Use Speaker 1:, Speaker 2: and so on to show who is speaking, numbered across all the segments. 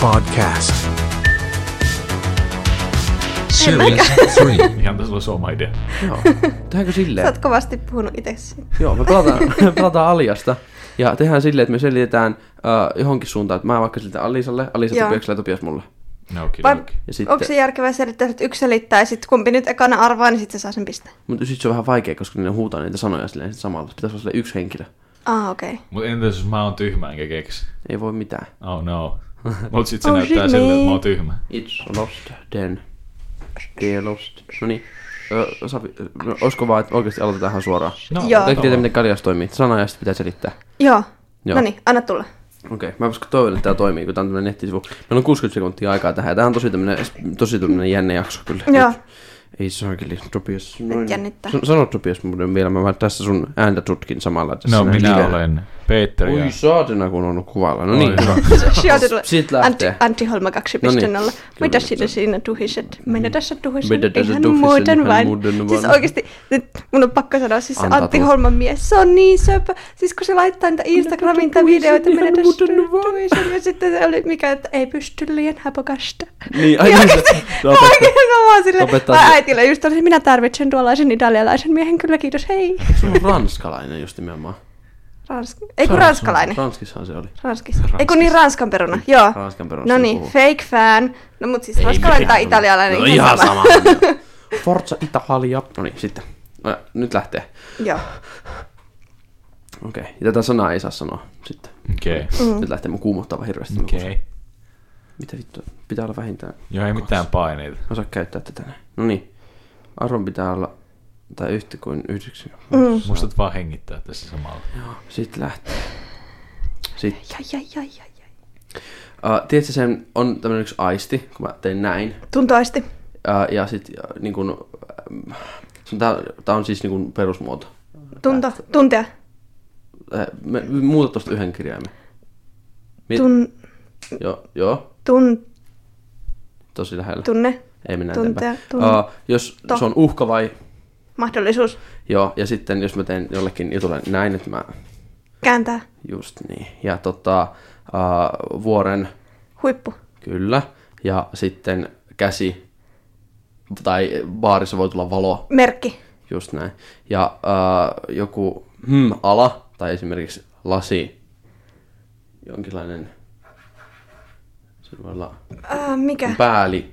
Speaker 1: podcast.
Speaker 2: Serious three.
Speaker 3: Ihan tässä olisi oma idea.
Speaker 4: Joo. Tehdäänkö
Speaker 2: Sä
Speaker 4: silleen?
Speaker 2: oot kovasti puhunut itsesi.
Speaker 4: Joo, me pelataan, me pelataan Aliasta. Ja tehdään silleen, että me selitetään uh, johonkin suuntaan. Että mä vaikka siltä Alisalle, Alisa
Speaker 2: Joo.
Speaker 4: Topiakselle ja Topias mulle.
Speaker 3: No, okay,
Speaker 2: Vai
Speaker 3: okay.
Speaker 4: Ja
Speaker 2: sitten... onko
Speaker 4: sitten,
Speaker 2: se järkevää selittää, että yksi selittää ja sitten kumpi nyt ekana arvaa, niin sitten se saa sen pisteen.
Speaker 4: Mutta sit se on vähän vaikea, koska ne huutaa niitä sanoja silleen sit samalla. Pitäisi olla silleen yksi henkilö.
Speaker 2: Ah, okei. Okay.
Speaker 3: Mut entäs jos mä oon tyhmä enkä keksi?
Speaker 4: Ei voi mitään.
Speaker 3: Oh no. Mut sit se
Speaker 2: Oh,
Speaker 3: näyttää
Speaker 2: shit,
Speaker 3: siltä, että
Speaker 2: me.
Speaker 3: mä oon tyhmä.
Speaker 4: It's lost, then. They lost. No niin. Ö, Savi, no, olisiko vaan, että oikeasti aloitetaan suoraan.
Speaker 3: No,
Speaker 2: Joo.
Speaker 3: otetaan
Speaker 4: Kaikki tietää,
Speaker 3: vaan.
Speaker 4: miten kaljas toimii. Sana ja sitten pitää selittää.
Speaker 2: Joo.
Speaker 4: Joo.
Speaker 2: No niin, anna tulla.
Speaker 4: Okei, mä koska toivon, että tämä toimii, kun tämä on tämmöinen nettisivu. Meillä on 60 sekuntia aikaa tähän, ja tämä on tosi tämmöinen, tosi tämmöinen jännä jakso kyllä.
Speaker 2: Joo.
Speaker 4: Nyt- Ei saakeli, Topias. noin.
Speaker 2: jännittää.
Speaker 4: Sa- Sano Topias muuten vielä, mä vaan tässä sun ääntä tutkin samalla. Tässä
Speaker 3: No,
Speaker 4: näin
Speaker 3: minä
Speaker 4: livenä.
Speaker 3: olen Peter ja...
Speaker 4: Oi saatana, kun on ollut kuvalla. No niin,
Speaker 3: Oi,
Speaker 4: hyvä.
Speaker 2: Sijoitetulla.
Speaker 4: Siitä lähtee.
Speaker 2: Antti, Antti Holma 2.0.
Speaker 4: No niin.
Speaker 2: Mitä
Speaker 4: Kyllä,
Speaker 2: sinä siinä tuhiset? Minä tässä tuhisin.
Speaker 4: Minä tässä
Speaker 2: ihan
Speaker 4: tuhisin,
Speaker 2: muuten
Speaker 4: ihan
Speaker 2: vain.
Speaker 4: muuten
Speaker 2: siis
Speaker 4: vain.
Speaker 2: oikeasti, nyt mun on pakko sanoa, siis se
Speaker 4: Antaa
Speaker 2: Antti
Speaker 4: tulla.
Speaker 2: Holman mies, se on niin söpö. Siis kun se laittaa niitä Instagramiin tai videoita,
Speaker 4: niin
Speaker 2: minä tässä tuhisin. Ja sitten se oli mikä, että ei pysty liian häpokasta.
Speaker 4: Niin, ai niin, se- se opettaa-
Speaker 2: Oikein mä vaan silleen,
Speaker 4: opettaa
Speaker 2: mä
Speaker 4: se-
Speaker 2: äitille just olisin, minä tarvitsen tuollaisen italialaisen miehen, kyllä kiitos, hei.
Speaker 4: Se on ranskalainen just nimenomaan.
Speaker 2: Ransk- ei kun ranskalainen.
Speaker 4: Ranskissahan se oli.
Speaker 2: Ranskis. Eikö niin Ranskan peruna? Joo.
Speaker 4: Ranskan peruna,
Speaker 2: No
Speaker 4: se
Speaker 2: niin,
Speaker 4: puhuu.
Speaker 2: fake fan. No mut siis ranskalainen tai italialainen.
Speaker 4: No ihan sama. Forza Italia. No niin, sitten. No, nyt lähtee.
Speaker 2: Joo.
Speaker 4: Okei, ja tätä sanaa ei saa sanoa sitten.
Speaker 3: Okei.
Speaker 4: Nyt lähtee mun kuumottava hirveästi.
Speaker 3: Okei.
Speaker 4: Mitä vittu? Pitää olla vähintään.
Speaker 3: Joo, ei mitään paineita.
Speaker 4: Osaa käyttää tätä näin. No niin. Arvon pitää olla tai yhtä kuin yhdeksän.
Speaker 2: Mm.
Speaker 3: Muistat vaan hengittää tässä samalla.
Speaker 4: Sitten lähtee. Sitten.
Speaker 2: Jai, jai, jai, jai, jai.
Speaker 4: Uh, tiedätkö, sen on tämmönen yksi aisti, kun mä tein näin.
Speaker 2: Tuntoaisti.
Speaker 4: Uh, ja sit uh, niin kun, ähm, se on, tää, tää on siis niin kun perusmuoto.
Speaker 2: Tunto. Tuntea.
Speaker 4: Äh, me, muuta tosta yhden kirjaimen. Mi-
Speaker 2: Tun,
Speaker 4: Joo, joo,
Speaker 2: tun,
Speaker 4: tosi lähellä.
Speaker 2: tunne.
Speaker 4: Ei mennä
Speaker 2: tuntea,
Speaker 4: eteenpäin.
Speaker 2: tunne.
Speaker 4: Uh, jos
Speaker 2: To.
Speaker 4: se on uhka vai...
Speaker 2: Mahdollisuus.
Speaker 4: Joo, ja sitten jos mä teen jollekin jutulle näin, että mä...
Speaker 2: Kääntää.
Speaker 4: Just niin. Ja tota, uh, vuoren,
Speaker 2: Huippu.
Speaker 4: kyllä. Ja sitten käsi, tai baarissa voi tulla valo,
Speaker 2: Merkki.
Speaker 4: just näin. Ja uh, joku hmm, ala, tai esimerkiksi lasi, jonkinlainen... Se voi olla
Speaker 2: Äh, mikä?
Speaker 4: pääli,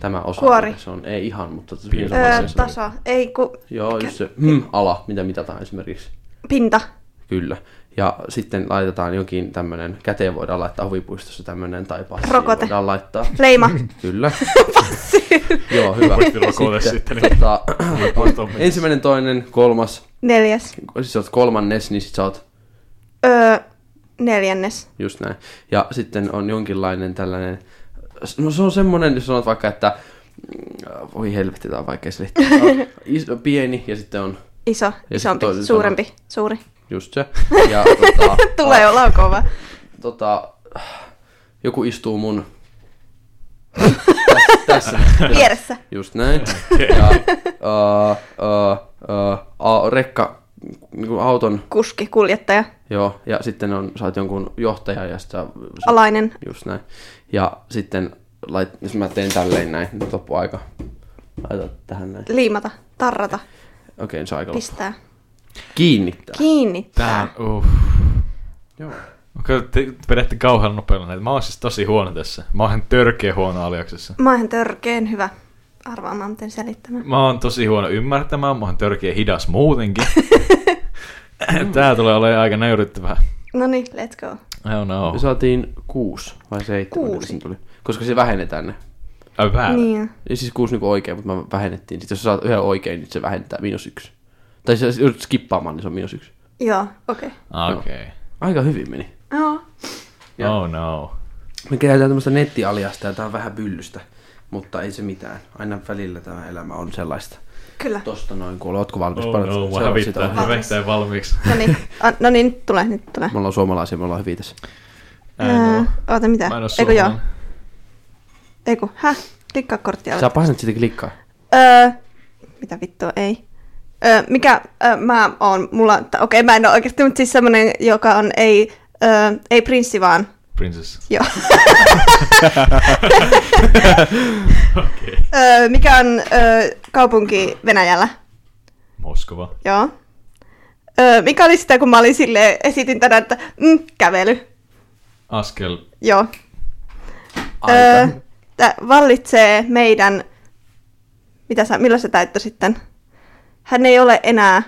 Speaker 4: tämä osa.
Speaker 2: Kuori.
Speaker 4: Se on, ei ihan, mutta...
Speaker 2: Öö,
Speaker 4: se-
Speaker 2: tasa. Ei ku...
Speaker 4: Joo, just se mm, ala, mitä mitataan esimerkiksi.
Speaker 2: Pinta.
Speaker 4: Kyllä. Ja sitten laitetaan jokin tämmönen, käteen voidaan laittaa huvipuistossa tämmönen, tai passiin
Speaker 2: Rokote.
Speaker 4: voidaan laittaa.
Speaker 2: Leima.
Speaker 4: Kyllä. Joo, hyvä.
Speaker 3: Voit rokote sitten, niin-
Speaker 4: tota,
Speaker 3: Voit olla-
Speaker 4: ensimmäinen, toinen, kolmas.
Speaker 2: Neljäs.
Speaker 4: Siis sä oot kolmannes, niin sit sä oot
Speaker 2: Öö, neljännes.
Speaker 4: just näin. Ja sitten on jonkinlainen tällainen, no se on semmonen, jos sanot vaikka, että mm, voi helvetti, tää on vaikea selittää. On iso- Pieni ja sitten on
Speaker 2: Iso.
Speaker 4: Ja
Speaker 2: Isompi.
Speaker 4: toisen
Speaker 2: Suurempi. Suuri.
Speaker 4: just se. Ja tota,
Speaker 2: Tulee olla kova.
Speaker 4: tota, joku istuu mun tässä, tässä
Speaker 2: Vieressä.
Speaker 4: just näin. Ja äh, uh, uh, uh, rekka, niinku auton,
Speaker 2: Kuski. Kuljettaja.
Speaker 4: joo, ja sitten on, saat jonkun johtaja ja sitä,
Speaker 2: Alainen.
Speaker 4: just näin. Ja sitten, lait, jos mä teen tälleen näin, nyt loppu aika. Laitan tähän näin. Okei,
Speaker 2: Liimata. Tarrata.
Speaker 4: okay, se aika loppuu.
Speaker 2: Pistää.
Speaker 4: Kiinnittää.
Speaker 2: Kiinni.
Speaker 3: Tää on, uh.
Speaker 4: Joo.
Speaker 3: Kyllä te vedätte kauhean nopealla näitä. Mä oon siis tosi huono tässä. Mä oon ihan törkeä huono aliaksessa.
Speaker 2: Mä oon ihan törkeen hyvä arvaamaan, miten selittämään.
Speaker 3: Mä oon tosi huono ymmärtämään, mä oon törkeä hidas muutenkin. Tää tulee olemaan aika nöyryttävää.
Speaker 2: No niin, let's go.
Speaker 3: I don't know.
Speaker 4: Me saatiin kuusi vai seitsemän.
Speaker 2: Kuusi.
Speaker 4: mitä siinä Tuli, koska se vähennetään ne.
Speaker 3: Ai väärä.
Speaker 2: Niin.
Speaker 4: Ei siis kuusi niinku oikein, mutta mä vähennettiin. Sitten jos sä saat yhden oikein, niin se vähentää miinus yksi. Tai jos sä joudut skippaamaan, niin se on miinus yksi.
Speaker 2: Joo, okei. Okay.
Speaker 3: Ah, Okei. Okay.
Speaker 4: Aika hyvin meni.
Speaker 2: Joo.
Speaker 3: Oh no.
Speaker 4: Me kerätään tämmöistä nettialiasta ja tää on vähän byllystä. Mutta ei se mitään. Aina välillä tämä elämä on sellaista.
Speaker 2: Kyllä.
Speaker 4: Tosta noin kuule, ootko valmis?
Speaker 3: Oh
Speaker 4: Palat-
Speaker 3: no, mua
Speaker 4: seuraat sitä
Speaker 3: hävittää.
Speaker 4: ohjelmaa.
Speaker 3: Mä vehtään valmiiksi.
Speaker 2: No niin, A, no niin, nyt tulee, nyt tulee.
Speaker 4: Me ollaan suomalaisia, me ollaan hyviä tässä.
Speaker 3: Mä en oo-
Speaker 2: Öö, Oota, mitä?
Speaker 3: no. Mä en oo
Speaker 2: Eiku joo.
Speaker 3: suomalainen.
Speaker 2: Eiku, häh? Klikkaa korttia.
Speaker 4: Sä painat sitä klikkaa.
Speaker 2: Öö, mitä vittua, ei. Öö, mikä öö, mä oon, mulla, t- okei okay, mä en ole oikeasti, mutta siis semmonen, joka on ei, öö, ei prinssi vaan
Speaker 3: prinsessa.
Speaker 2: Joo.
Speaker 3: Okei.
Speaker 2: Öö, mikä on öö, kaupunki Venäjällä?
Speaker 3: Moskova.
Speaker 2: Joo. Öö, mikä oli sitä, kun mä olin sille esitin tänään, että mm, kävely.
Speaker 3: Askel.
Speaker 2: Joo. Öö,
Speaker 4: Aika.
Speaker 2: tä, vallitsee meidän... Mitä sä, milloin sä täyttö sitten? Hän ei ole enää...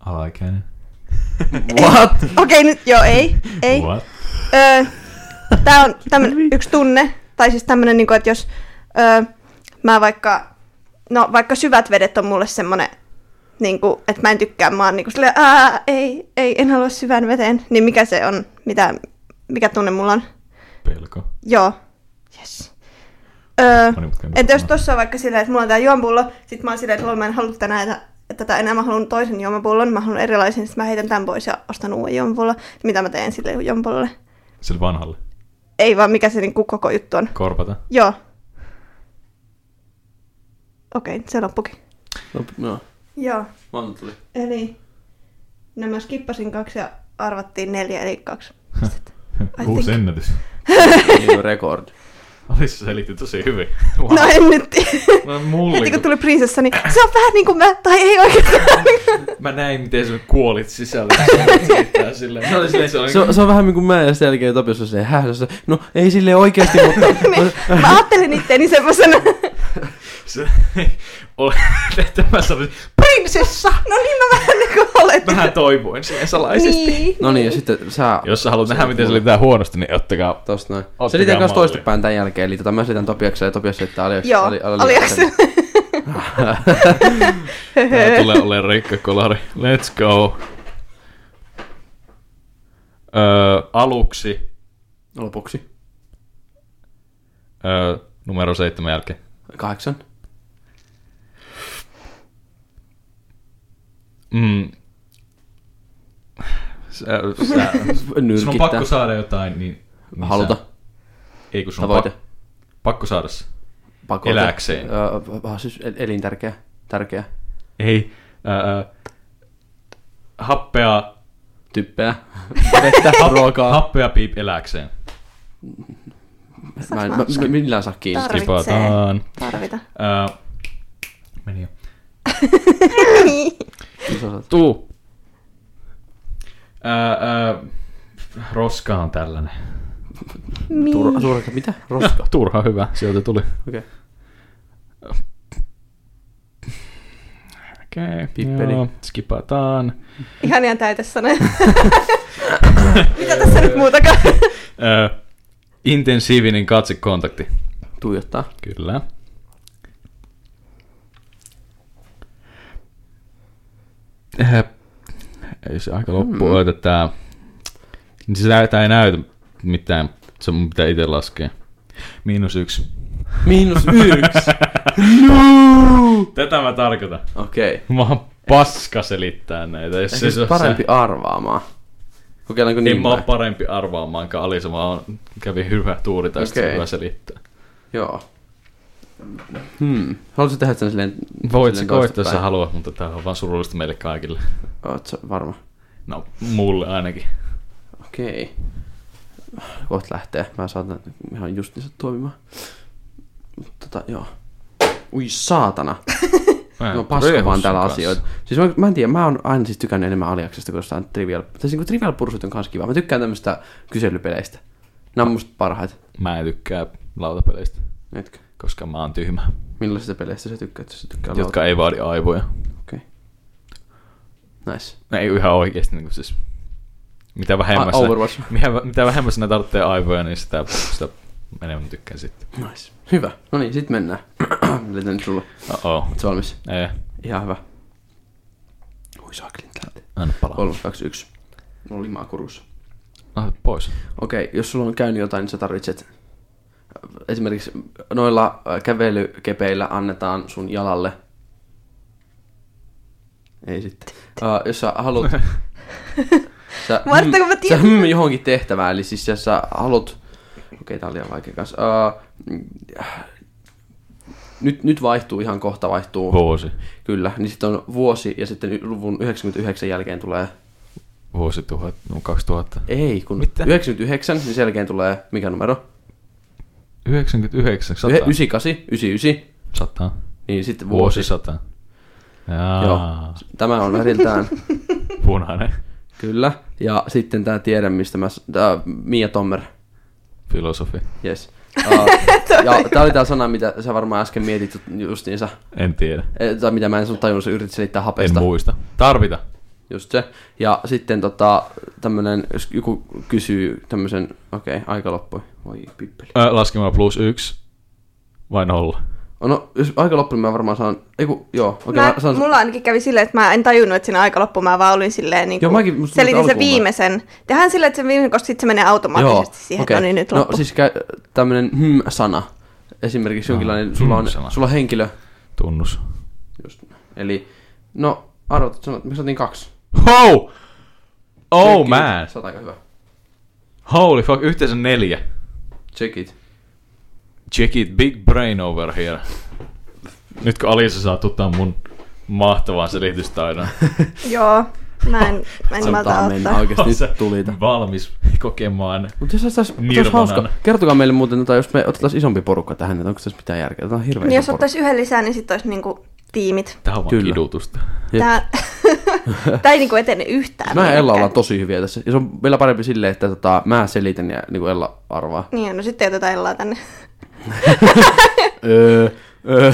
Speaker 3: Alaikäinen.
Speaker 4: What?
Speaker 2: Okei, nyt joo, ei. ei.
Speaker 3: What?
Speaker 2: Öö, Tämä on tämmönen, yksi tunne, tai siis tämmöinen, niin että jos öö, mä vaikka, no vaikka syvät vedet on mulle semmoinen, niin kuin, että mä en tykkää, mä oon niin kuin silleen, Aa, ei, ei, en halua syvään veteen, niin mikä se on, mitä, mikä tunne mulla on?
Speaker 3: Pelko.
Speaker 2: Joo, yes. Öö,
Speaker 3: Monimutkainen
Speaker 2: että jos
Speaker 3: kutsu.
Speaker 2: tuossa on vaikka silleen, että mulla on tää juomapullo, sit mä oon silleen, että lol, mä en halua tänään, että, että tätä enää mä haluan toisen juomapullon, mä haluan erilaisen, sit mä heitän tämän pois ja ostan uuden juomapullon. Mitä mä teen sille juomapullolle?
Speaker 3: Sille vanhalle.
Speaker 2: Ei vaan mikä se niinku koko juttu on.
Speaker 3: Korpata.
Speaker 2: Joo. Okei, se loppukin.
Speaker 4: No, no.
Speaker 2: Joo,
Speaker 4: Vaan tuli.
Speaker 2: eli no mä skippasin kaksi ja arvattiin neljä, eli kaksi. I
Speaker 3: Uusi
Speaker 2: think-
Speaker 3: ennätys.
Speaker 4: Niin rekord.
Speaker 3: Alissa selitti tosi hyvin. Wow.
Speaker 2: No en nyt.
Speaker 3: No
Speaker 2: Heti
Speaker 3: mulli.
Speaker 2: kun tuli prinsessa, niin se on vähän niin kuin mä, tai ei oikeastaan.
Speaker 3: Mä näin, miten sä kuolit sisällä. Silleen.
Speaker 4: Se, oli silleen, se, on, se on vähän niin kuin mä ja sen jälkeen Tapio se häh, se, on silleen, no ei sille oikeasti,
Speaker 2: niin,
Speaker 4: mutta...
Speaker 2: mä ajattelin itteeni semmoisena.
Speaker 3: Se, ole, että mä sanoin,
Speaker 2: Prinsessa! No niin, mä vähän niin kuin oletin.
Speaker 3: vähän toivoin siihen salaisesti.
Speaker 2: Niin.
Speaker 4: no niin, ja sitten sä...
Speaker 3: Jos sä haluat nähdä, miten se
Speaker 4: mulle.
Speaker 3: liitetään huonosti, niin ottakaa.
Speaker 4: Tosta noin.
Speaker 3: Ottakaa
Speaker 4: Selitän kanssa
Speaker 3: mallia.
Speaker 4: toistepäin tämän jälkeen, eli tota, mä selitän Topiakselle ja Topias selittää ali,
Speaker 2: Joo,
Speaker 4: ali, ali,
Speaker 2: aliaksi.
Speaker 3: Tää tulee olemaan rikkakolari. Let's go. Öö, aluksi
Speaker 4: Lopuksi.
Speaker 3: öö, numero seitsemän jälkeen.
Speaker 4: Kahdeksan.
Speaker 3: Mm. Sä, sä, sun on pakko saada jotain, niin... niin
Speaker 4: Haluta.
Speaker 3: Sä, ei kun sun on
Speaker 4: Tavoite.
Speaker 3: pak, pakko saada se.
Speaker 4: Pakko.
Speaker 3: Elääkseen.
Speaker 4: Öö, äh, siis el- elintärkeä. Tärkeä.
Speaker 3: Ei. Öö, happea,
Speaker 4: Typpeä. Vettä. ruokaa.
Speaker 3: happea piip eläkseen.
Speaker 4: Mä en mä, mä, millään saa kiinni.
Speaker 2: Tarvitsee.
Speaker 3: Skipataan.
Speaker 2: Tarvita.
Speaker 3: Öö, meni jo.
Speaker 2: Niin,
Speaker 4: Sä saat-
Speaker 3: Tuu. Öö, öö, roska on tällainen.
Speaker 2: niin.
Speaker 4: Tur- Surka. Mitä? Roska.
Speaker 3: Turha hyvä, sieltä tuli.
Speaker 4: Okei.
Speaker 3: Okei, okay,
Speaker 4: Pippeli.
Speaker 3: joo, skipataan.
Speaker 2: Ihan ihan täytä sanoja. Mitä tässä nyt muutakaan?
Speaker 3: Öö, intensiivinen katsekontakti.
Speaker 4: Tuijottaa.
Speaker 3: Kyllä. Äh, ei se aika loppu hmm. tää. Niin se nä- tää ei näytä mitään. Se mun pitää itse laskea. Miinus yksi.
Speaker 4: Miinus yksi.
Speaker 3: Tätä mä tarkoitan.
Speaker 4: Okei.
Speaker 3: Mä oon paska selittää näitä. Jos
Speaker 4: Ja
Speaker 3: ei se
Speaker 4: siis
Speaker 3: ole
Speaker 4: parempi
Speaker 3: Se,
Speaker 4: arvaamaan. Kokeillaanko
Speaker 3: en
Speaker 4: niin
Speaker 3: mä oo
Speaker 4: päin?
Speaker 3: parempi arvaamaankaan. Alisa vaan kävi hyvä tuuri tästä okay.
Speaker 4: Okei.
Speaker 3: hyvä selittää.
Speaker 4: Joo. Hmm. Haluatko tehdä sen silleen...
Speaker 3: Voit sä koittaa,
Speaker 4: silleen
Speaker 3: jos sä
Speaker 4: toistepäin?
Speaker 3: haluat, mutta tää on vaan surullista meille kaikille.
Speaker 4: Oot sä varma?
Speaker 3: No, mulle ainakin.
Speaker 4: Okei. Kohta lähtee. Mä saatan ihan just niin toimimaan. Tota, joo. Ui saatana.
Speaker 3: Mä en
Speaker 4: Mä No, paska
Speaker 3: riehu
Speaker 4: vaan
Speaker 3: sun
Speaker 4: täällä
Speaker 3: kanssa.
Speaker 4: asioita. Siis mä, mä en tiedä, mä oon aina siis tykännyt enemmän aliaksesta kuin jostain trivial... Tai siis niinku trivial pursuit on kans kiva. Mä tykkään tämmöstä kyselypeleistä. Nämä on musta parhaita.
Speaker 3: Mä en tykkää lautapeleistä,
Speaker 4: Etkö?
Speaker 3: koska mä oon tyhmä.
Speaker 4: Millaisista peleistä sä tykkäät, jos sä tykkää
Speaker 3: Jotka ei vaadi aivoja.
Speaker 4: Okei. Okay. Nice.
Speaker 3: No Ei ihan oikeesti niinku siis. Mitä vähemmän,
Speaker 4: A-
Speaker 3: sinä,
Speaker 4: Overwatch.
Speaker 3: mitä, mitä vähemmän sinä tarvitsee aivoja, niin sitä, sitä enemmän mä tykkään sitten.
Speaker 4: Nice. Hyvä. No niin, sit mennään. Letän nyt sulla.
Speaker 3: Oh,
Speaker 4: Oot sä valmis?
Speaker 3: Ei,
Speaker 4: Ihan hyvä. Ui saaklin täältä.
Speaker 3: anna palaa.
Speaker 4: 3, 2, 1. Mulla on limaa kurussa.
Speaker 3: Ah, pois.
Speaker 4: Okei, jos sulla on käynyt jotain, niin sä tarvitset äh, esimerkiksi noilla äh, kävelykepeillä annetaan sun jalalle. Ei sitten. Uh, jos sä haluat... sä,
Speaker 2: Martta, kun mä
Speaker 4: sä
Speaker 2: tiedän-
Speaker 4: hmm johonkin tehtävään, eli siis jos sä haluat... Okei, tää oli ihan vaikea kanssa. Uh, nyt, nyt vaihtuu ihan kohta vaihtuu.
Speaker 3: Vuosi.
Speaker 4: Kyllä, niin sitten on vuosi ja sitten luvun 99 jälkeen tulee
Speaker 3: vuosituhat, no 2000.
Speaker 4: Ei, kun
Speaker 3: Mitä?
Speaker 4: Mitä? 99, niin sen jälkeen tulee mikä numero?
Speaker 3: 99, 100.
Speaker 4: Yhe- 98, 99,
Speaker 3: 100.
Speaker 4: niin sitten vuosi.
Speaker 3: Vuosisata.
Speaker 4: Joo.
Speaker 3: Jaa,
Speaker 4: Tämä on väriltään.
Speaker 3: punainen
Speaker 4: Kyllä. Ja sitten tämä tiedä, mistä mä... s- Tää Mia Tommer.
Speaker 3: filosofi.
Speaker 4: Yes. Uh, ja tää oli tää sana, mitä sä varmaan äsken mietit justiinsa.
Speaker 3: En tiedä.
Speaker 4: Eh, Tai mitä mä en sun tajunnut, sä yritit selittää
Speaker 3: En
Speaker 4: hapesta.
Speaker 3: muista. Tarvita.
Speaker 4: Just se. Ja sitten tota, tämmönen, jos joku kysyy tämmösen, okei, okay, aika loppui. Voi pippeli.
Speaker 3: Ö, laskemaan plus yksi vai nolla.
Speaker 4: Oh, no, jos aika loppui, niin mä varmaan saan, ei kun, joo, okei,
Speaker 2: mä,
Speaker 4: mä, saan,
Speaker 2: Mulla ainakin kävi silleen, että mä en tajunnut, että siinä aika loppu mä vaan olin silleen niin
Speaker 4: Joo, mäkin- musta tuntuu,
Speaker 2: selitin sen
Speaker 4: että alkuun mä-
Speaker 2: viimeisen. Tehän silleen, että sen viimeisen, koska sitten se menee automaattisesti siihen,
Speaker 4: okei.
Speaker 2: että no niin nyt
Speaker 4: No
Speaker 2: loppu.
Speaker 4: siis kä- tämmönen hmm-sana. Esimerkiksi jonkinlainen, sulla on,
Speaker 3: Ah, hmm-sana.
Speaker 4: sulla on henkilö,
Speaker 3: Tunnus.
Speaker 4: just, eli, no, arvot, sanot, me saatiin kaksi.
Speaker 3: Ho! Oh
Speaker 4: Check it.
Speaker 3: man!
Speaker 4: Sä oot aika hyvä.
Speaker 3: Holy fuck, yhteensä neljä.
Speaker 4: Check it.
Speaker 3: Check it, big brain over here. Nyt kun Alisa saa tuttaa mun mahtavaan selitystaidon.
Speaker 2: Joo, mä en, mä en malta
Speaker 4: Sanotaan siis- mennä
Speaker 2: auttaa.
Speaker 4: oikeesti,
Speaker 3: Oot
Speaker 4: nyt
Speaker 3: sä
Speaker 4: tuli tää.
Speaker 3: valmis kokemaan.
Speaker 4: Mutta jos tässä olisi
Speaker 3: Nirvanan.
Speaker 4: hauska, kertokaa meille muuten, tota, jos me otettaisiin isompi porukka tähän, että onko tässä mitään järkeä. Tämä on hirveän
Speaker 2: Niin jos
Speaker 4: iso porukka.
Speaker 2: ottaisi yhden lisää, niin sitten olisi niinku tiimit.
Speaker 3: Tää on vaan
Speaker 4: Kyllä.
Speaker 3: kidutusta.
Speaker 4: Jep.
Speaker 2: Tää, Tää ei niinku etene yhtään.
Speaker 4: Mä ja Ella
Speaker 2: minnekään.
Speaker 4: ollaan tosi hyviä tässä. Ja se on vielä parempi silleen, että tota, mä selitän ja niin kuin Ella arvaa.
Speaker 2: Niin, no sitten ei oteta Ellaa tänne.
Speaker 4: Öö, öö.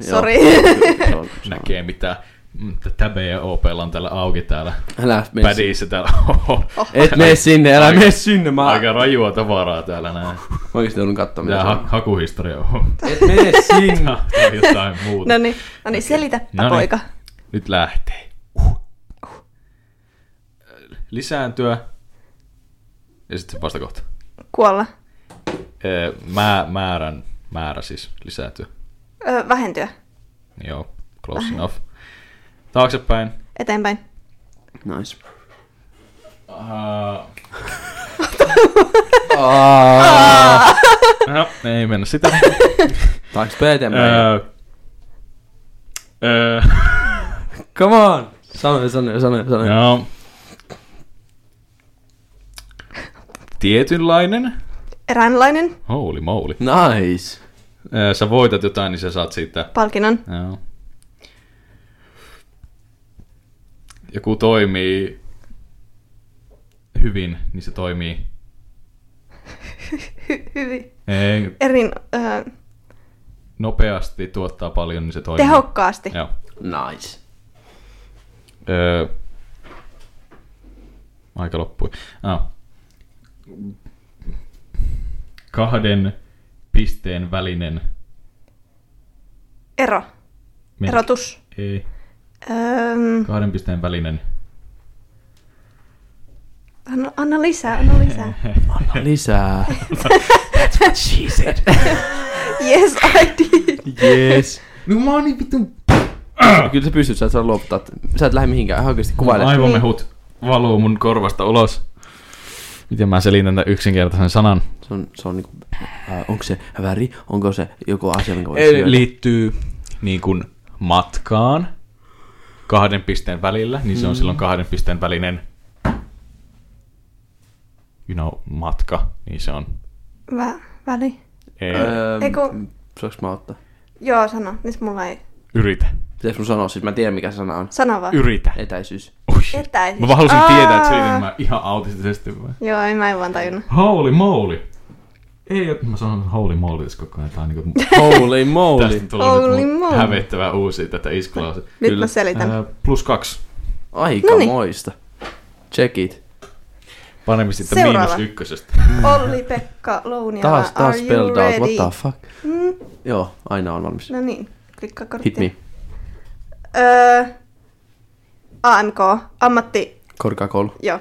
Speaker 2: Sori.
Speaker 4: Joo.
Speaker 3: Näkee mitä mm, Täbe ja OP on täällä auki täällä.
Speaker 4: Älä mene sinne.
Speaker 3: Pädiissä täällä on.
Speaker 4: Et mene sinne, älä mene sinne. Mä
Speaker 3: Aika rajua tavaraa täällä näin.
Speaker 4: oikeesti joudun katsomaan.
Speaker 3: Tää
Speaker 4: mitä se
Speaker 3: ha-
Speaker 4: on.
Speaker 3: hakuhistoria on.
Speaker 4: Et mene sinne.
Speaker 3: Tää on jotain muuta.
Speaker 2: No niin, no niin, selitäpä
Speaker 3: No niin.
Speaker 2: poika.
Speaker 3: Nyt lähtee. Uh. Lisääntyä. Ja sitten se vastakohta.
Speaker 2: Kuolla.
Speaker 3: Öö, Mä, määrän, määrä siis lisääntyä.
Speaker 2: Ö, vähentyä.
Speaker 3: Joo, close enough. Taaksepäin.
Speaker 2: Eteenpäin.
Speaker 4: Nice.
Speaker 3: Uh,
Speaker 4: Aa,
Speaker 3: no, ei mennä sitä.
Speaker 4: Taaks eteenpäin?
Speaker 3: Öö, öö,
Speaker 4: Come on! Sano, sano, sano, sano.
Speaker 3: no. Tietynlainen.
Speaker 2: Eräänlainen.
Speaker 3: Holy moly.
Speaker 4: Nice.
Speaker 3: Öö, Sä voitat jotain, niin sä saat siitä
Speaker 2: Palkinnon.
Speaker 3: Joo. Joku toimii hyvin, niin se toimii.
Speaker 2: Hy- hyvin.
Speaker 3: Ei,
Speaker 2: Erin... Ö,
Speaker 3: nopeasti tuottaa paljon, niin se toimii.
Speaker 2: tehokkaasti.
Speaker 3: Joo.
Speaker 4: Nice.
Speaker 3: Öö, aika loppui. Ah. Kahden pisteen välinen.
Speaker 2: Ero.
Speaker 3: merk-
Speaker 2: Erotus.
Speaker 3: Ei,
Speaker 2: Öm,
Speaker 3: kahden pisteen välinen.
Speaker 2: anna, anna lisää, anna lisää.
Speaker 4: Anna lisää.
Speaker 3: She said.
Speaker 2: Yes, I did.
Speaker 4: Yes.
Speaker 3: No mä oon niin vittu
Speaker 4: Kyllä sä pystyt, sä et saa luovuttaa. Sä et lähde mihinkään, ihan oikeesti kuvaile.
Speaker 3: Aivomehut valuu mun korvasta ulos. Miten mä selitän tämän yksinkertaisen sanan?
Speaker 4: Se on, se on niinku, äh, onko se väri, onko se joku asia, minkä voi syödä?
Speaker 3: Eli liittyy niin kuin matkaan kahden pisteen välillä, niin
Speaker 4: Mm.
Speaker 3: se on silloin kahden pisteen välinen you know, matka, niin se on.
Speaker 2: Vä, väli.
Speaker 3: Ei,
Speaker 4: Öö,
Speaker 2: Ei kun-
Speaker 4: Saanko mä ottaa?
Speaker 2: Joo, sano. Nyt mulla ei...
Speaker 3: yritä,
Speaker 4: Pitäis mun sanoa, siis mä tiedän mikä se sana on.
Speaker 2: Sano vaan.
Speaker 3: yritä.
Speaker 4: Etäisyys.
Speaker 3: Oi.
Speaker 2: Etäisyys.
Speaker 3: Mä vaan halusin
Speaker 2: Aa.
Speaker 3: tietää, että selitän mä ihan autistisesti vai?
Speaker 2: Joo, en mä en vaan tajunnut.
Speaker 3: Holy moly! Ei, mä sanon holy moly tässä koko ajan. Tää on niinku
Speaker 4: Holy moly.
Speaker 3: Tästä tulee
Speaker 2: Holy
Speaker 3: nyt mun
Speaker 2: moly.
Speaker 3: hävettävä uusi tätä iskulause.
Speaker 2: Nyt mä selitän.
Speaker 3: Ää, plus kaksi.
Speaker 4: Aika
Speaker 2: Noniin.
Speaker 4: moista. Check it.
Speaker 3: Paremmin sitten
Speaker 2: Seuraava.
Speaker 3: miinus ykkösestä.
Speaker 2: Olli, Pekka, Louniala,
Speaker 4: Taas, taas
Speaker 2: are you
Speaker 4: spelled out,
Speaker 2: ready?
Speaker 4: what the fuck.
Speaker 2: Mm,
Speaker 4: Joo, aina on valmis.
Speaker 2: no niin, klikkaa
Speaker 4: Hit
Speaker 2: korttiin.
Speaker 4: me.
Speaker 2: Öö, AMK, ammatti,
Speaker 4: Korkeakoulu.
Speaker 2: joo.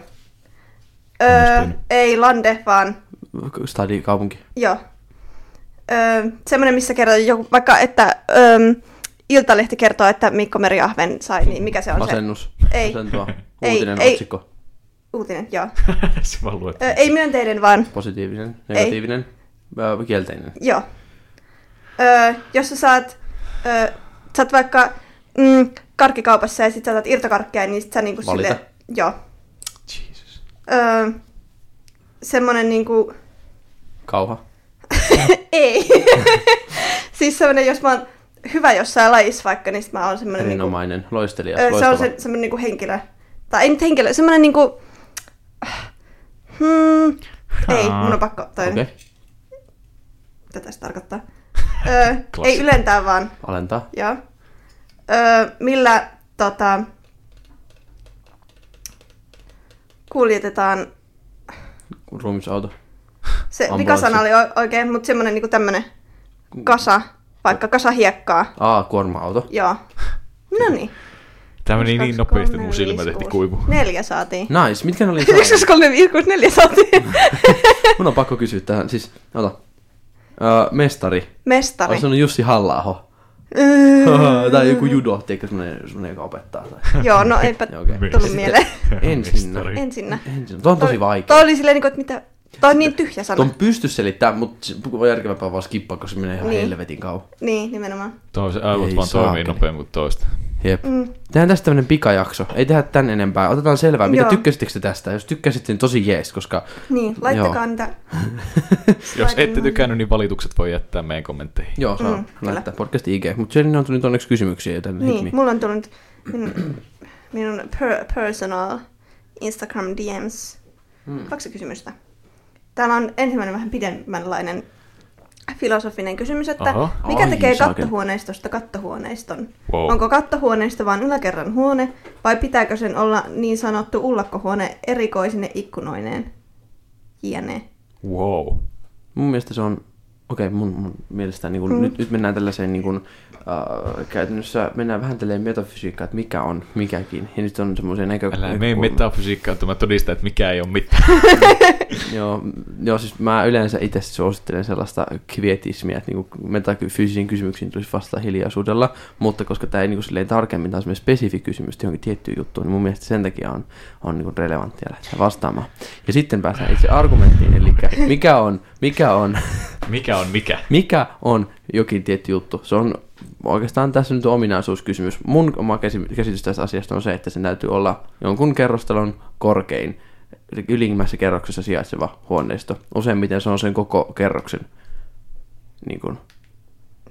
Speaker 2: Öö,
Speaker 3: Onnistunut.
Speaker 2: ei lande, vaan
Speaker 4: Stadi kaupunki.
Speaker 2: joo. Öö, semmoinen, missä kerrotaan joku, vaikka että öö, Iltalehti kertoo, että Mikko Meriahven sai, niin mikä se on
Speaker 4: Masennus.
Speaker 2: Ei.
Speaker 4: Masentua.
Speaker 2: Ei,
Speaker 4: Uutinen
Speaker 2: ei.
Speaker 4: otsikko.
Speaker 2: se uutinen? Joo.
Speaker 3: Se vaan luet.
Speaker 2: Öö, ei myönteinen, vaan
Speaker 4: Positiivinen, negatiivinen, öö, kielteinen.
Speaker 2: Joo. Öö, jos sä saat, öö, sä oot vaikka mm, karkkikaupassa ja sit sä saat irtokarkkeja, niin sit sä niinku
Speaker 4: Valita.
Speaker 2: sille... Joo.
Speaker 3: Jeez.
Speaker 2: öö, semmoinen niinku,
Speaker 4: Kauha.
Speaker 2: ei. siis semmoinen, jos mä oon hyvä jossain lajissa vaikka, niin sit mä oon semmoinen niinku,
Speaker 4: Erinomainen. Loistelija.
Speaker 2: Öö, se on
Speaker 4: loistava.
Speaker 2: se, semmoinen niinku henkilö. Tai ei nyt henkilö, semmoinen niinku... Hmm, ei, mun on pakko toi
Speaker 4: Okei.
Speaker 2: okay. Mitä tässä tarkoittaa? Öö, ei
Speaker 3: Klassikko.
Speaker 2: ylentää vaan,
Speaker 4: Alentaa.
Speaker 2: joo. Öö, millä tota, kuljetetaan...
Speaker 4: Ruumisauto.
Speaker 2: Se
Speaker 4: Ambulanssi.
Speaker 2: vikasana oli o- oikein, mutta semmoinen niinku tämmönen kasa, vaikka kasa hiekkaa.
Speaker 4: Aa, kuorma-auto.
Speaker 2: Joo. No niin.
Speaker 3: Tämä meni
Speaker 2: Yksi,
Speaker 3: niin
Speaker 2: kaksi,
Speaker 3: nopeasti, että
Speaker 2: kolme,
Speaker 3: mun silmä
Speaker 2: viisi,
Speaker 3: tehti
Speaker 2: kuusi.
Speaker 3: kuivu.
Speaker 2: Neljä saatiin.
Speaker 4: Nice, mitkä ne oli sanoja?
Speaker 2: 1, 3, 5, 6, 4 saatiin.
Speaker 4: Mun on pakko kysyä tähän. Siis, ota. Öö, mestari.
Speaker 2: Mestari.
Speaker 4: Olisi sanonut Jussi halla
Speaker 2: Öö,
Speaker 4: tai joku judo, tiedätkö, semmonen, semmonen joka opettaa. Tai...
Speaker 2: Joo, no eipä
Speaker 4: Joo, okei.
Speaker 2: tullut
Speaker 3: Mestari.
Speaker 2: mieleen.
Speaker 4: Ensinnä.
Speaker 2: Ensinnä.
Speaker 4: Ensin. Tuo on tosi vaikea.
Speaker 2: Toi oli silleen, niinku, että mitä... Toi on niin tyhjä sana.
Speaker 4: Tuon pysty selittämään, mutta on järkevämpää vaan skippaa, koska se menee ihan
Speaker 2: Niin.
Speaker 4: helvetin kauan.
Speaker 2: Niin, nimenomaan.
Speaker 3: Toi se aivot
Speaker 4: Ei
Speaker 3: vaan toimii
Speaker 4: saakeli.
Speaker 3: nopeammin kuin toista.
Speaker 4: Jep.
Speaker 2: Mm.
Speaker 4: Tehdään tästä tämmönen pikajakso. Ei tehdä tän enempää. Otetaan selvää, mitä
Speaker 2: Joo.
Speaker 4: tykkäsittekö te tästä. Jos tykkäsitte, niin tosi jees, koska...
Speaker 2: Niin, laittakaa
Speaker 4: Joo.
Speaker 2: niitä.
Speaker 3: Jos ette tykännyt, niin valitukset voi jättää meidän kommentteihin.
Speaker 4: Joo, saa
Speaker 2: Mm,
Speaker 4: mm,
Speaker 2: kyllä.
Speaker 4: laittaa podcast IG. Mutta sen on tullut onneksi kysymyksiä tänne.
Speaker 2: Niin,
Speaker 4: hitmiin.
Speaker 2: mulla on tullut minun, minun per, personal Instagram DMs.
Speaker 4: Mm.
Speaker 2: Kaksi kysymystä. Täällä on ensimmäinen vähän pidemmänlainen filosofinen kysymys, että
Speaker 3: Aha.
Speaker 2: mikä
Speaker 4: Ai,
Speaker 2: tekee
Speaker 4: saakeli.
Speaker 2: kattohuoneistosta kattohuoneiston?
Speaker 3: Wow.
Speaker 2: Onko kattohuoneisto vain yläkerran huone vai pitääkö sen olla niin sanottu ullakkohuone erikoisine ikkunoineen? Jne.
Speaker 3: Wow.
Speaker 4: Mun mielestä se on, okei, mun, mun mielestä niin kuin, mm. nyt, nyt mennään tällaiseen niin kuin, äh, käytännössä, mennään vähän tälleen metafysiikkaan, että mikä on mikäkin. Ja nyt on semmoisia näkö...
Speaker 3: Älä mene
Speaker 4: näkökulmia.
Speaker 3: metafysiikkaan, että mä todistan, että mikä ei ole mitään.
Speaker 4: Joo, m- joo, siis mä yleensä itse suosittelen sellaista kvietismiä, että niinku metafyysisiin kysymyksiin tulisi vasta hiljaisuudella, mutta koska tämä ei niinku silleen tarkemmin, tämä on semmoinen spesifi kysymys johonkin tiettyyn juttuun, niin mun mielestä sen takia on, on niinku relevanttia lähteä vastaamaan. Ja sitten päästään itse argumenttiin, eli mikä on, mikä on
Speaker 3: Mikä on mikä?
Speaker 4: mikä on jokin tietty juttu? Se on oikeastaan tässä nyt ominaisuuskysymys. Mun oma käsi- käsitys tästä asiasta on se, että sen täytyy olla jonkun kerrostalon korkein, eli ylimmässä kerroksessa sijaitseva huoneisto. Useimmiten se on sen koko kerroksen niin kuin,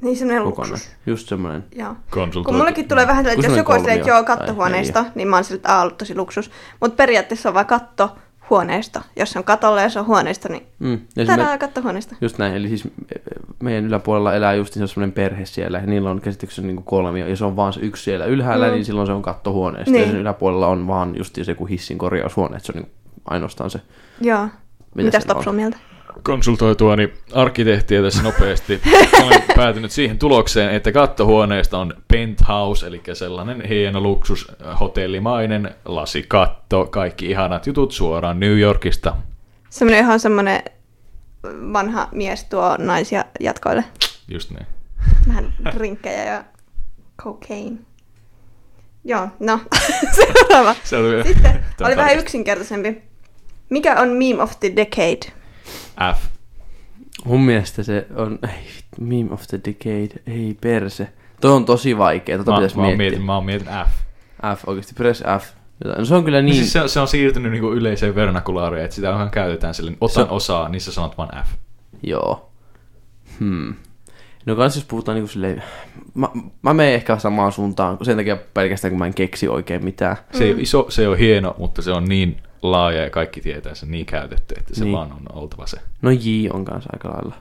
Speaker 2: Niin semmoinen
Speaker 4: kokonaan.
Speaker 2: luksus.
Speaker 4: Just semmoinen.
Speaker 2: Joo.
Speaker 3: Konsultoitu.
Speaker 2: Kun mullekin
Speaker 3: no.
Speaker 2: tulee vähän silleen, että jos
Speaker 4: Kun
Speaker 2: joku on silleen, että
Speaker 4: kolmio
Speaker 2: joo,
Speaker 4: tai
Speaker 2: kattohuoneisto, niin mä oon silleen, että aa, ollut tosi luksus. Mutta periaatteessa on vaan kattohuoneisto. Jos se on katolla ja se on huoneisto, niin
Speaker 4: Mm. Ja siis me-
Speaker 2: tänään kattohuoneisto.
Speaker 4: Just näin, eli siis meidän yläpuolella elää just niin semmoinen perhe siellä, ja niillä on käsityksessä niin kolmio, ja se on vaan se yksi siellä ylhäällä, mm. niin silloin se on kattohuoneesta, niin. ja
Speaker 2: Niin.
Speaker 4: sen yläpuolella on vaan just se joku hissin korjaushuone, että se on niin ainoastaan se.
Speaker 2: Joo. Mitäs
Speaker 4: sen
Speaker 2: Topsu on mieltä?
Speaker 3: konsultoituani arkkitehtiä tässä nopeasti olen päätynyt siihen tulokseen, että kattohuoneesta on penthouse, eli sellainen hieno luksus, hotellimainen, lasikatto, kaikki ihanat jutut suoraan New Yorkista.
Speaker 2: Semmoinen ihan semmoinen vanha mies tuo naisia jatkoille.
Speaker 3: Just niin.
Speaker 2: Vähän rinkkejä ja cocaine. Joo, no. Seuraava.
Speaker 3: Se oli,
Speaker 2: Sitten
Speaker 3: Tää
Speaker 2: oli vähän
Speaker 3: tarkistin.
Speaker 2: yksinkertaisempi. Mikä on meme of the decade?
Speaker 3: F.
Speaker 4: Mun mielestä se on, ei, vittu, meme of the decade, ei perse. Toi on tosi vaikea, tota
Speaker 3: Mä,
Speaker 4: pitäisi
Speaker 3: mä, oon
Speaker 4: miettiä.
Speaker 3: mietin, mä oon mietin F.
Speaker 4: F, oikeasti, press F. Jotain. No se on kyllä
Speaker 3: Niin.
Speaker 4: niin,
Speaker 3: Siis se, se, on siirtynyt niinku yleiseen vernakulaariin, että sitä ihan käytetään silleen, otan
Speaker 4: Se-
Speaker 3: osaa, niin sä sanot vaan F.
Speaker 4: Joo. Hmm. No kans jos puhutaan niinku silleen, mä, mä menen ehkä samaan suuntaan, sen takia pelkästään kun mä en keksi oikein mitään.
Speaker 3: Se ei ole iso, se ei ole hieno, mutta se on niin laaja ja kaikki tietää sen niin käytetty, että se
Speaker 4: Niin.
Speaker 3: niin. vaan on oltava se.
Speaker 4: No J on kanssa aika lailla.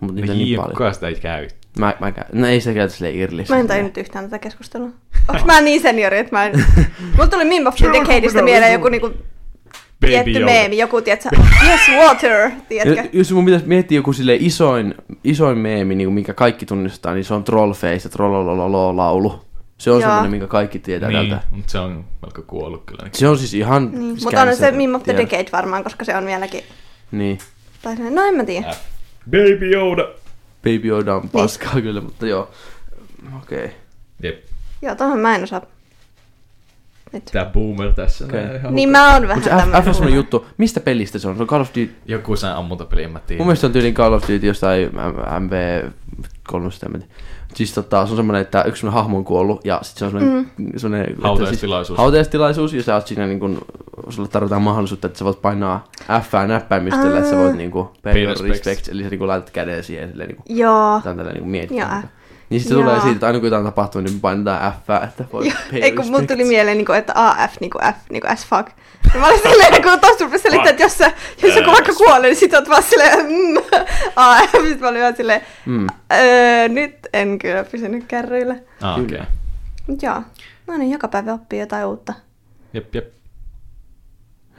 Speaker 4: Mut niitä
Speaker 3: No
Speaker 4: on niin
Speaker 3: jii,
Speaker 4: paljon.
Speaker 3: kukaan sitä ei käytä.
Speaker 4: Mä, mä käyn. No ei sitä käytä silleen irlissä.
Speaker 2: Mä en tajunnut yhtään tätä keskustelua. Onks mä niin seniori, että mä en... Mulla tuli Meme of the Decadeista mieleen joku niinku tietty
Speaker 3: Yoda.
Speaker 2: meemi, joku, tietsä, yes water, tiedätkö?
Speaker 4: Jos mun pitäisi miettiä joku sille isoin, isoin meemi, niin mikä kaikki tunnistaa, niin se on Trollface ja Trollolololo-laulu. Se on
Speaker 2: Joo.
Speaker 4: semmoinen, minkä kaikki tietää
Speaker 3: Niin,
Speaker 4: tältä.
Speaker 3: mutta se on melko kuollut kyllä. Niin.
Speaker 4: Se on siis ihan...
Speaker 2: Niin,
Speaker 4: siis
Speaker 2: mutta on se
Speaker 4: cancel,
Speaker 2: Meme of the
Speaker 4: tiedän.
Speaker 2: Decade varmaan, koska se on vieläkin...
Speaker 4: Niin.
Speaker 2: Tai se- no en mä tiedä.
Speaker 3: Äh. Baby Yoda!
Speaker 4: Baby Yoda
Speaker 2: Niin.
Speaker 4: on paskaa kyllä, mutta joo. Okei. Okay.
Speaker 3: Jep,
Speaker 2: Joo, tohon mä en osaa. Nyt.
Speaker 3: tää boomer tässä.
Speaker 4: Okei.
Speaker 3: Okay. Ihan
Speaker 2: Niin
Speaker 3: niin
Speaker 2: mä oon vähän
Speaker 4: Mutta se F, F on
Speaker 2: tämmönen.
Speaker 4: semmoinen juttu. Mistä pelistä se on? Se on Call of Duty.
Speaker 3: Joku sen ammuntapeli, en mä tiedä.
Speaker 4: Mun mielestä se on tyyliin Call of Duty jostain M- MV 23 sitä mennä. Siis tota, se on semmoinen, että yksi sun hahmo on kuollut ja sitten se on semmoinen... Mm. semmoinen että
Speaker 3: Hautajaistilaisuus.
Speaker 4: Siis, hautajaistilaisuus ja sä oot siinä niin kun, sulle tarvitaan mahdollisuutta, että sä voit painaa F-näppäimistöllä, että sä voit niin kuin, pay your
Speaker 3: respects.
Speaker 4: respects, eli sä niin kuin, laitat käden siihen silleen niin kuin,
Speaker 2: Joo.
Speaker 4: Tämä on tällainen niin mietin.
Speaker 2: Joo.
Speaker 4: Niin sitten
Speaker 2: Joo.
Speaker 4: se tulee siitä, että aina kun jotain tapahtuu, niin painetaan F, että voi
Speaker 2: Joo,
Speaker 4: pay
Speaker 2: Ei kun mun
Speaker 4: respects.
Speaker 2: tuli mieleen, niinku, että AF, niinku F, niinku S fuck. Ja mä olin silleen, kun tosta rupesi selittää, että jos, sä, jos joku vaikka kuolee, niin sit oot vaan silleen, mm, AF. Sit mä olin vaan silleen,
Speaker 4: Mm.
Speaker 2: öö, nyt en kyllä pysynyt kärryillä.
Speaker 3: Ah, okei. Okay.
Speaker 2: Mut joo, no niin, joka päivä oppii jotain uutta.
Speaker 3: Jep, jep.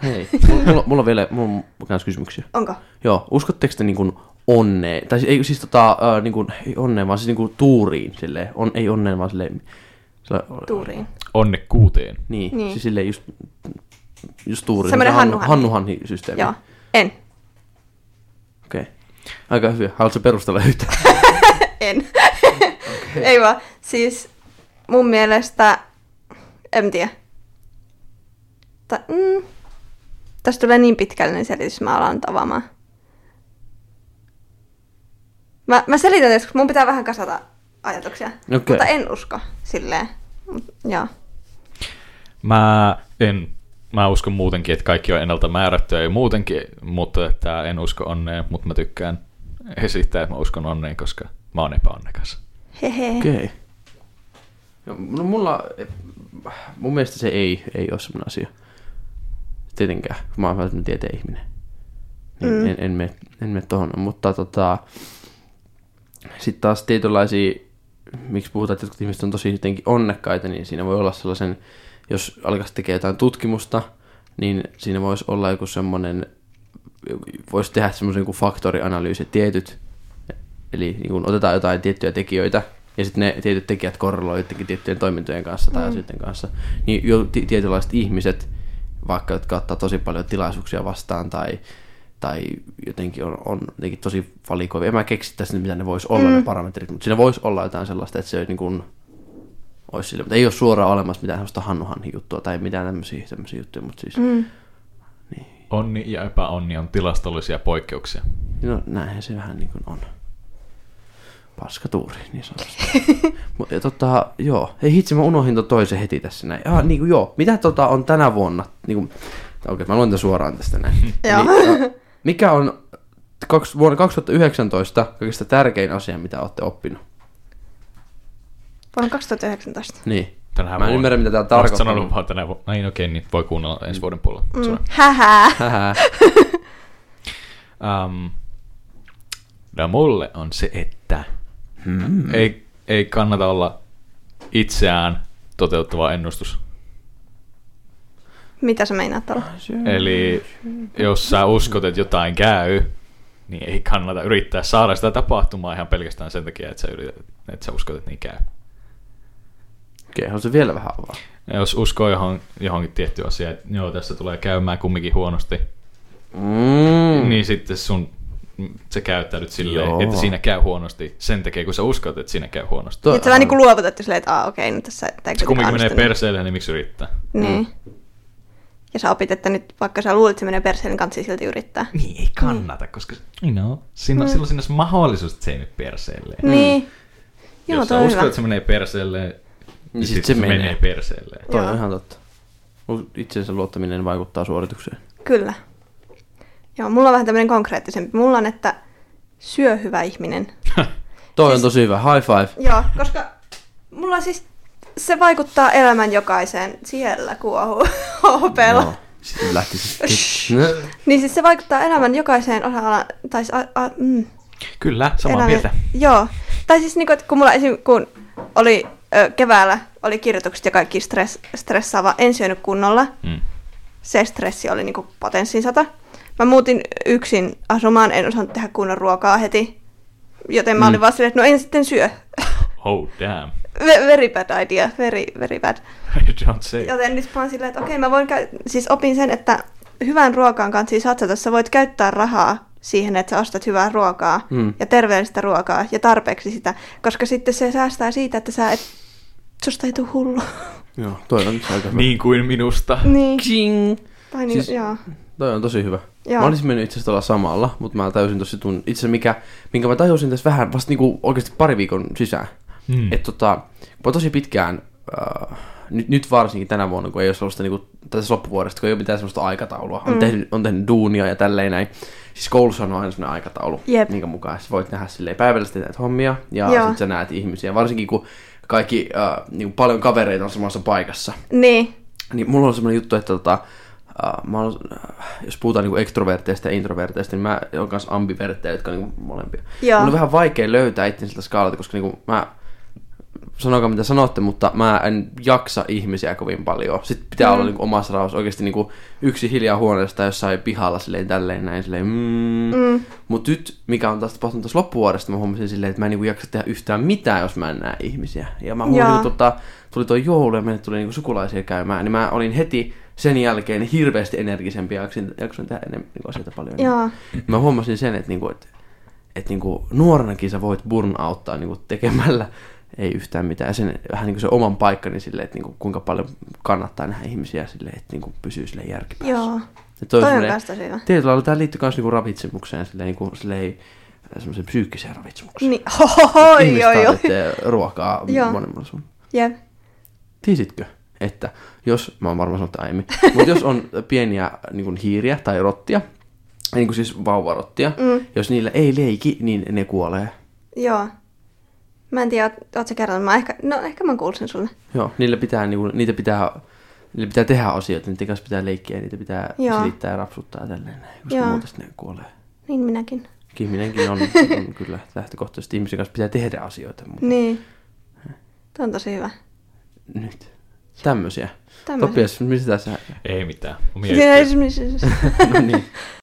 Speaker 4: Hei, mulla, mulla on vielä mulla on myös kysymyksiä.
Speaker 2: Onko?
Speaker 4: Joo, uskotteko te niin kuin onneen, tai siis- ei siis tota, äh, niin kuin, ei onneen, vaan siis niin kuin tuuriin silleen, on, ei onneen, vaan silleen, silleen
Speaker 2: Tuuriin.
Speaker 3: Onne kuuteen.
Speaker 4: niin,
Speaker 2: Niin.
Speaker 4: niin, siis silleen just, just tuuriin.
Speaker 2: Semmoinen
Speaker 4: se Hannu,
Speaker 2: hannuhanni.
Speaker 4: Hannu Hanhi systeemi.
Speaker 2: Joo, en.
Speaker 4: Okei. Okay. Aika hyvä. Haluatko perustella yhtään?
Speaker 2: En. Ei vaan. Siis mun mielestä, en tiedä. Ta- mm. Tästä tulee niin pitkällinen selitys, mä alan tavamaan. Mä, mä selitän joskus, mun pitää vähän kasata ajatuksia.
Speaker 4: Okei.
Speaker 2: Mutta en usko silleen. Mut, joo.
Speaker 3: Mä en, mä uskon muutenkin, että kaikki on ennalta määrättyä ja muutenkin, mutta että en usko onneen, mutta mä tykkään esittää, että mä uskon onneen, koska mä oon epäonnekas.
Speaker 2: Hehe.
Speaker 4: Okei. Okay. No mulla, mun mielestä se ei, ei ole semmoinen asia. Tietenkään, kun mä oon välttämättä tieteen ihminen. Niin mm. en, en, mene, en mene tohon, mutta tota, sitten taas tietynlaisia, miksi puhutaan, että jotkut ihmiset on tosi jotenkin onnekkaita, niin siinä voi olla sellaisen, jos alkaisi tekemään jotain tutkimusta, niin siinä voisi olla joku semmoinen, voisi tehdä semmoisen kuin faktorianalyysi, tietyt, eli niin kuin otetaan jotain tiettyjä tekijöitä, ja sitten ne tietyt tekijät korreloivat jotenkin tiettyjen toimintojen kanssa tai mm. asioiden kanssa, niin jo ti- tietynlaiset ihmiset, vaikka jotka ottaa tosi paljon tilaisuuksia vastaan tai tai jotenkin on, on jotenkin tosi valikoivia. En mä keksi tässä nyt, mitä ne voisi olla mm. ne parametrit, mutta siinä voisi olla jotain sellaista, että se ei niin kuin, olisi sille, mutta ei ole suoraan olemassa mitään sellaista hannuhanhi juttua tai mitään tämmöisiä, tämmöisiä juttuja, mutta siis, mm.
Speaker 3: Onni ja epäonni on tilastollisia poikkeuksia.
Speaker 4: no näinhän se vähän niin kuin on. Paskatuuri, niin sanotusti. Mut, ja tota, joo. Hei hitsi, mä unohdin ton toisen heti tässä näin. Ah, niin kuin joo. Mitä tota on tänä vuonna? Niin kuin, okei, mä luen tän suoraan tästä näin.
Speaker 2: Joo.
Speaker 4: Niin, äh, mikä on kaks, vuonna 2019 kaikista tärkein asia, mitä olette oppinut?
Speaker 2: Vuonna 2019.
Speaker 4: Niin.
Speaker 3: Tänä
Speaker 4: mä en ymmärrä, mitä tää tarkoittaa.
Speaker 3: sanonut vaan tänä vuonna. Niin okei, niin voi kuunnella ensi vuoden puolella. Mm.
Speaker 2: Hähää.
Speaker 4: Hähä.
Speaker 3: Um, no mulle on se, että hmm. ei, ei kannata olla itseään toteuttava ennustus.
Speaker 2: Mitä sä meinaat olla?
Speaker 3: Eli jos sä uskot, että jotain käy, niin ei kannata yrittää saada sitä tapahtumaa ihan pelkästään sen takia, että sä, yrität, että sä uskot, että niin käy.
Speaker 4: Okei, on se vielä vähän avaa.
Speaker 3: Ja jos uskoo johon, johonkin tiettyyn asiaan, että joo, tässä tulee käymään kumminkin huonosti,
Speaker 4: Mm.
Speaker 3: niin sitten sun sä käyttäydyt silleen,
Speaker 4: Joo.
Speaker 3: että siinä käy huonosti sen takia, kun sä uskot, että siinä käy huonosti.
Speaker 4: Toi-
Speaker 2: Nyt sä vähän niinku luovutat ja silleen, että aa okei, nyt tässä tää ei
Speaker 3: Se kumminkin menee
Speaker 2: onnistunut.
Speaker 3: perseelle, niin miksi yrittää?
Speaker 2: Niin. Ja sä opit, että nyt vaikka sä luulet, että se menee perseen kanssa, silti yrittää.
Speaker 3: Niin, ei kannata, koska you know, siinä, mm. silloin siinä on se mahdollisuus, että se ei mene perseelle.
Speaker 2: Niin. Joo,
Speaker 3: Jos sä
Speaker 2: toi on
Speaker 3: uskot,
Speaker 2: hyvä.
Speaker 3: että se menee perseelle, niin
Speaker 4: sit
Speaker 3: sitten
Speaker 4: se
Speaker 3: se menee,
Speaker 4: menee.
Speaker 3: menee perseelle.
Speaker 4: Toi on
Speaker 2: Joo.
Speaker 4: ihan totta. Itsensä luottaminen vaikuttaa suoritukseen.
Speaker 2: Kyllä. Joo, mulla on vähän tämmöinen konkreettisempi. Mulla on, että syö hyvä ihminen.
Speaker 4: Toi on
Speaker 2: Siis-
Speaker 4: tosi hyvä. High five.
Speaker 2: Joo, koska mulla siis se vaikuttaa elämän jokaiseen siellä kuohuu hopella.
Speaker 4: Joo. Sitten lähti
Speaker 2: Shh.
Speaker 4: sitten.
Speaker 2: Niin siis se vaikuttaa elämän jokaiseen osaan, tai siis a, a, mm,
Speaker 3: Kyllä, samaa
Speaker 2: Elämä-
Speaker 3: mieltä.
Speaker 2: Joo. Tai siis niinku, että kun mulla esim. kun oli ö, keväällä oli kirjoitukset ja kaikki stress, stressaava, en syönyt kunnolla.
Speaker 3: Mm.
Speaker 2: Se stressi oli niinku potenssin sata. Mä muutin yksin asumaan, en osannut tehdä kunnon ruokaa heti. Joten mä olin
Speaker 3: Mm.
Speaker 2: vaan silleen, että no en sitten syö.
Speaker 3: Oh damn,
Speaker 2: Ve- very bad idea, very, very bad.
Speaker 3: you don't say.
Speaker 2: Joten nyt mä oon silleen, että okei, mä voin käy- siis opin sen, että hyvän ruokaan kanssa siis satsata, sä voit käyttää rahaa siihen, että sä ostat hyvää ruokaa
Speaker 4: Mm.
Speaker 2: ja terveellistä ruokaa ja tarpeeksi sitä, koska sitten se säästää siitä, että sä et, susta ei tule hullu.
Speaker 4: Joo, toi on aika hyvä.
Speaker 3: Niin kuin minusta.
Speaker 2: niin,
Speaker 4: Ching.
Speaker 2: tai niin, siis...
Speaker 4: Siis-
Speaker 2: joo.
Speaker 4: Toi on tosi hyvä. Joo. Mä olisin mennyt itse asiassa tuolla samalla, mutta mä täysin tossa tun... Itse asiassa mikä, minkä mä tajusin tässä vähän vasta niinku oikeasti pari viikon sisään.
Speaker 3: Mm.
Speaker 4: Mm. Että tota, kun mä tosi pitkään, äh, nyt, nyt varsinkin tänä vuonna, kun ei ole sellaista, niinku, tässä loppuvuodesta, kun ei ole mitään sellaista aikataulua, on, mm. tehnyt, on tehnyt duunia ja tälleen näin. Siis koulussa on aina sellainen aikataulu,
Speaker 2: Jep.
Speaker 4: minkä mukaan sä voit nähdä silleen päivällä sä teet hommia ja
Speaker 2: Joo.
Speaker 4: sitten sä näet ihmisiä. Varsinkin kun kaikki, äh, niinku paljon kavereita on samassa paikassa,
Speaker 2: Niin,
Speaker 4: niin mulla on semmoinen juttu, että tota, äh, mä olen, äh, jos puhutaan niinku ekstroverteista ja introverteista, niin mä oon kanssa ambiverttejä, jotka on niinku molempia.
Speaker 2: Joo.
Speaker 4: Mun on vähän vaikea löytää itse siltä skaalalta, koska niinku mä, sanokaa mitä sanotte, mutta mä en jaksa ihmisiä kovin paljon. Sitten pitää mm. olla niinku omassa rauhassa oikeasti niinku yksi hiljaa huoneesta jossain pihalla silleen tälleen näin silleen mm. mm. Mut nyt, mikä on taas tapahtunut tässä loppuvuodesta, mä huomasin silleen, että mä en niinku jaksa tehdä yhtään mitään, jos mä en näe ihmisiä. Ja mä huomasin,
Speaker 2: Joo.
Speaker 4: että tota, tuli tuo joulu ja meille tuli niinku sukulaisia käymään, niin mä olin heti sen jälkeen hirveästi energisempi ja jaksin, jaksoin tehdä enemmän niinku asioita paljon.
Speaker 2: Joo.
Speaker 4: Mä huomasin sen, että niinku, et, et niinku, nuorenakin sä voit burnouttaa niinku, tekemällä ei yhtään mitään. Ja sen, vähän niinku se oman paikkani silleen, että niinku, kuinka paljon kannattaa nähdä ihmisiä silleen, että niinku, pysyy sille järki päässä.
Speaker 2: joo.
Speaker 4: Ja
Speaker 2: Toi
Speaker 4: toi,
Speaker 2: on
Speaker 4: toi
Speaker 2: kans tosi hyvä.
Speaker 4: Tietyllä lailla tämä liittyy myös niinku ravitsemukseen, silleen, niinku, silleen, semmoiseen psyykkiseen ravitsemukseen.
Speaker 2: Niin, hoi,
Speaker 4: Ihmiset
Speaker 2: joo, joo.
Speaker 4: tarvitsee ruokaa
Speaker 2: Joo.
Speaker 4: monen monen suun.
Speaker 2: Jep.
Speaker 4: Tiesitkö, että jos, mä oon varmaan sanonut tämän aiemmin, mutta jos on pieniä niin kuin hiiriä tai rottia, niin kuin siis vauvarottia, mm. jos niillä ei leiki, niin ne kuolee.
Speaker 2: Joo. Mä en tiedä, oot, oot sä kertonut. Mä ehkä, no ehkä mä kuulsin sulle.
Speaker 4: Joo, niillä pitää, niin kuin, niitä pitää, niillä pitää tehdä asioita, niiden kanssa pitää leikkiä, ja niitä pitää
Speaker 2: Joo.
Speaker 4: Joo. selittää ja rapsuttaa ja tälleen, näin, koska
Speaker 2: Joo.
Speaker 4: Joo. muuten sitten ne kuolee.
Speaker 2: Niin minäkin.
Speaker 4: Ihminenkin on, on kyllä lähtökohtaisesti ihmisen kanssa pitää tehdä asioita, mutta
Speaker 2: Niin. Tuo on tosi hyvä.
Speaker 4: nyt tämmöisiä.
Speaker 2: Tämmöisiä.
Speaker 4: Topias, mistä sä...
Speaker 3: Ei mitään. Omia
Speaker 2: Siinä
Speaker 3: yhteyksiä.
Speaker 2: esimerkiksi...
Speaker 4: no niin.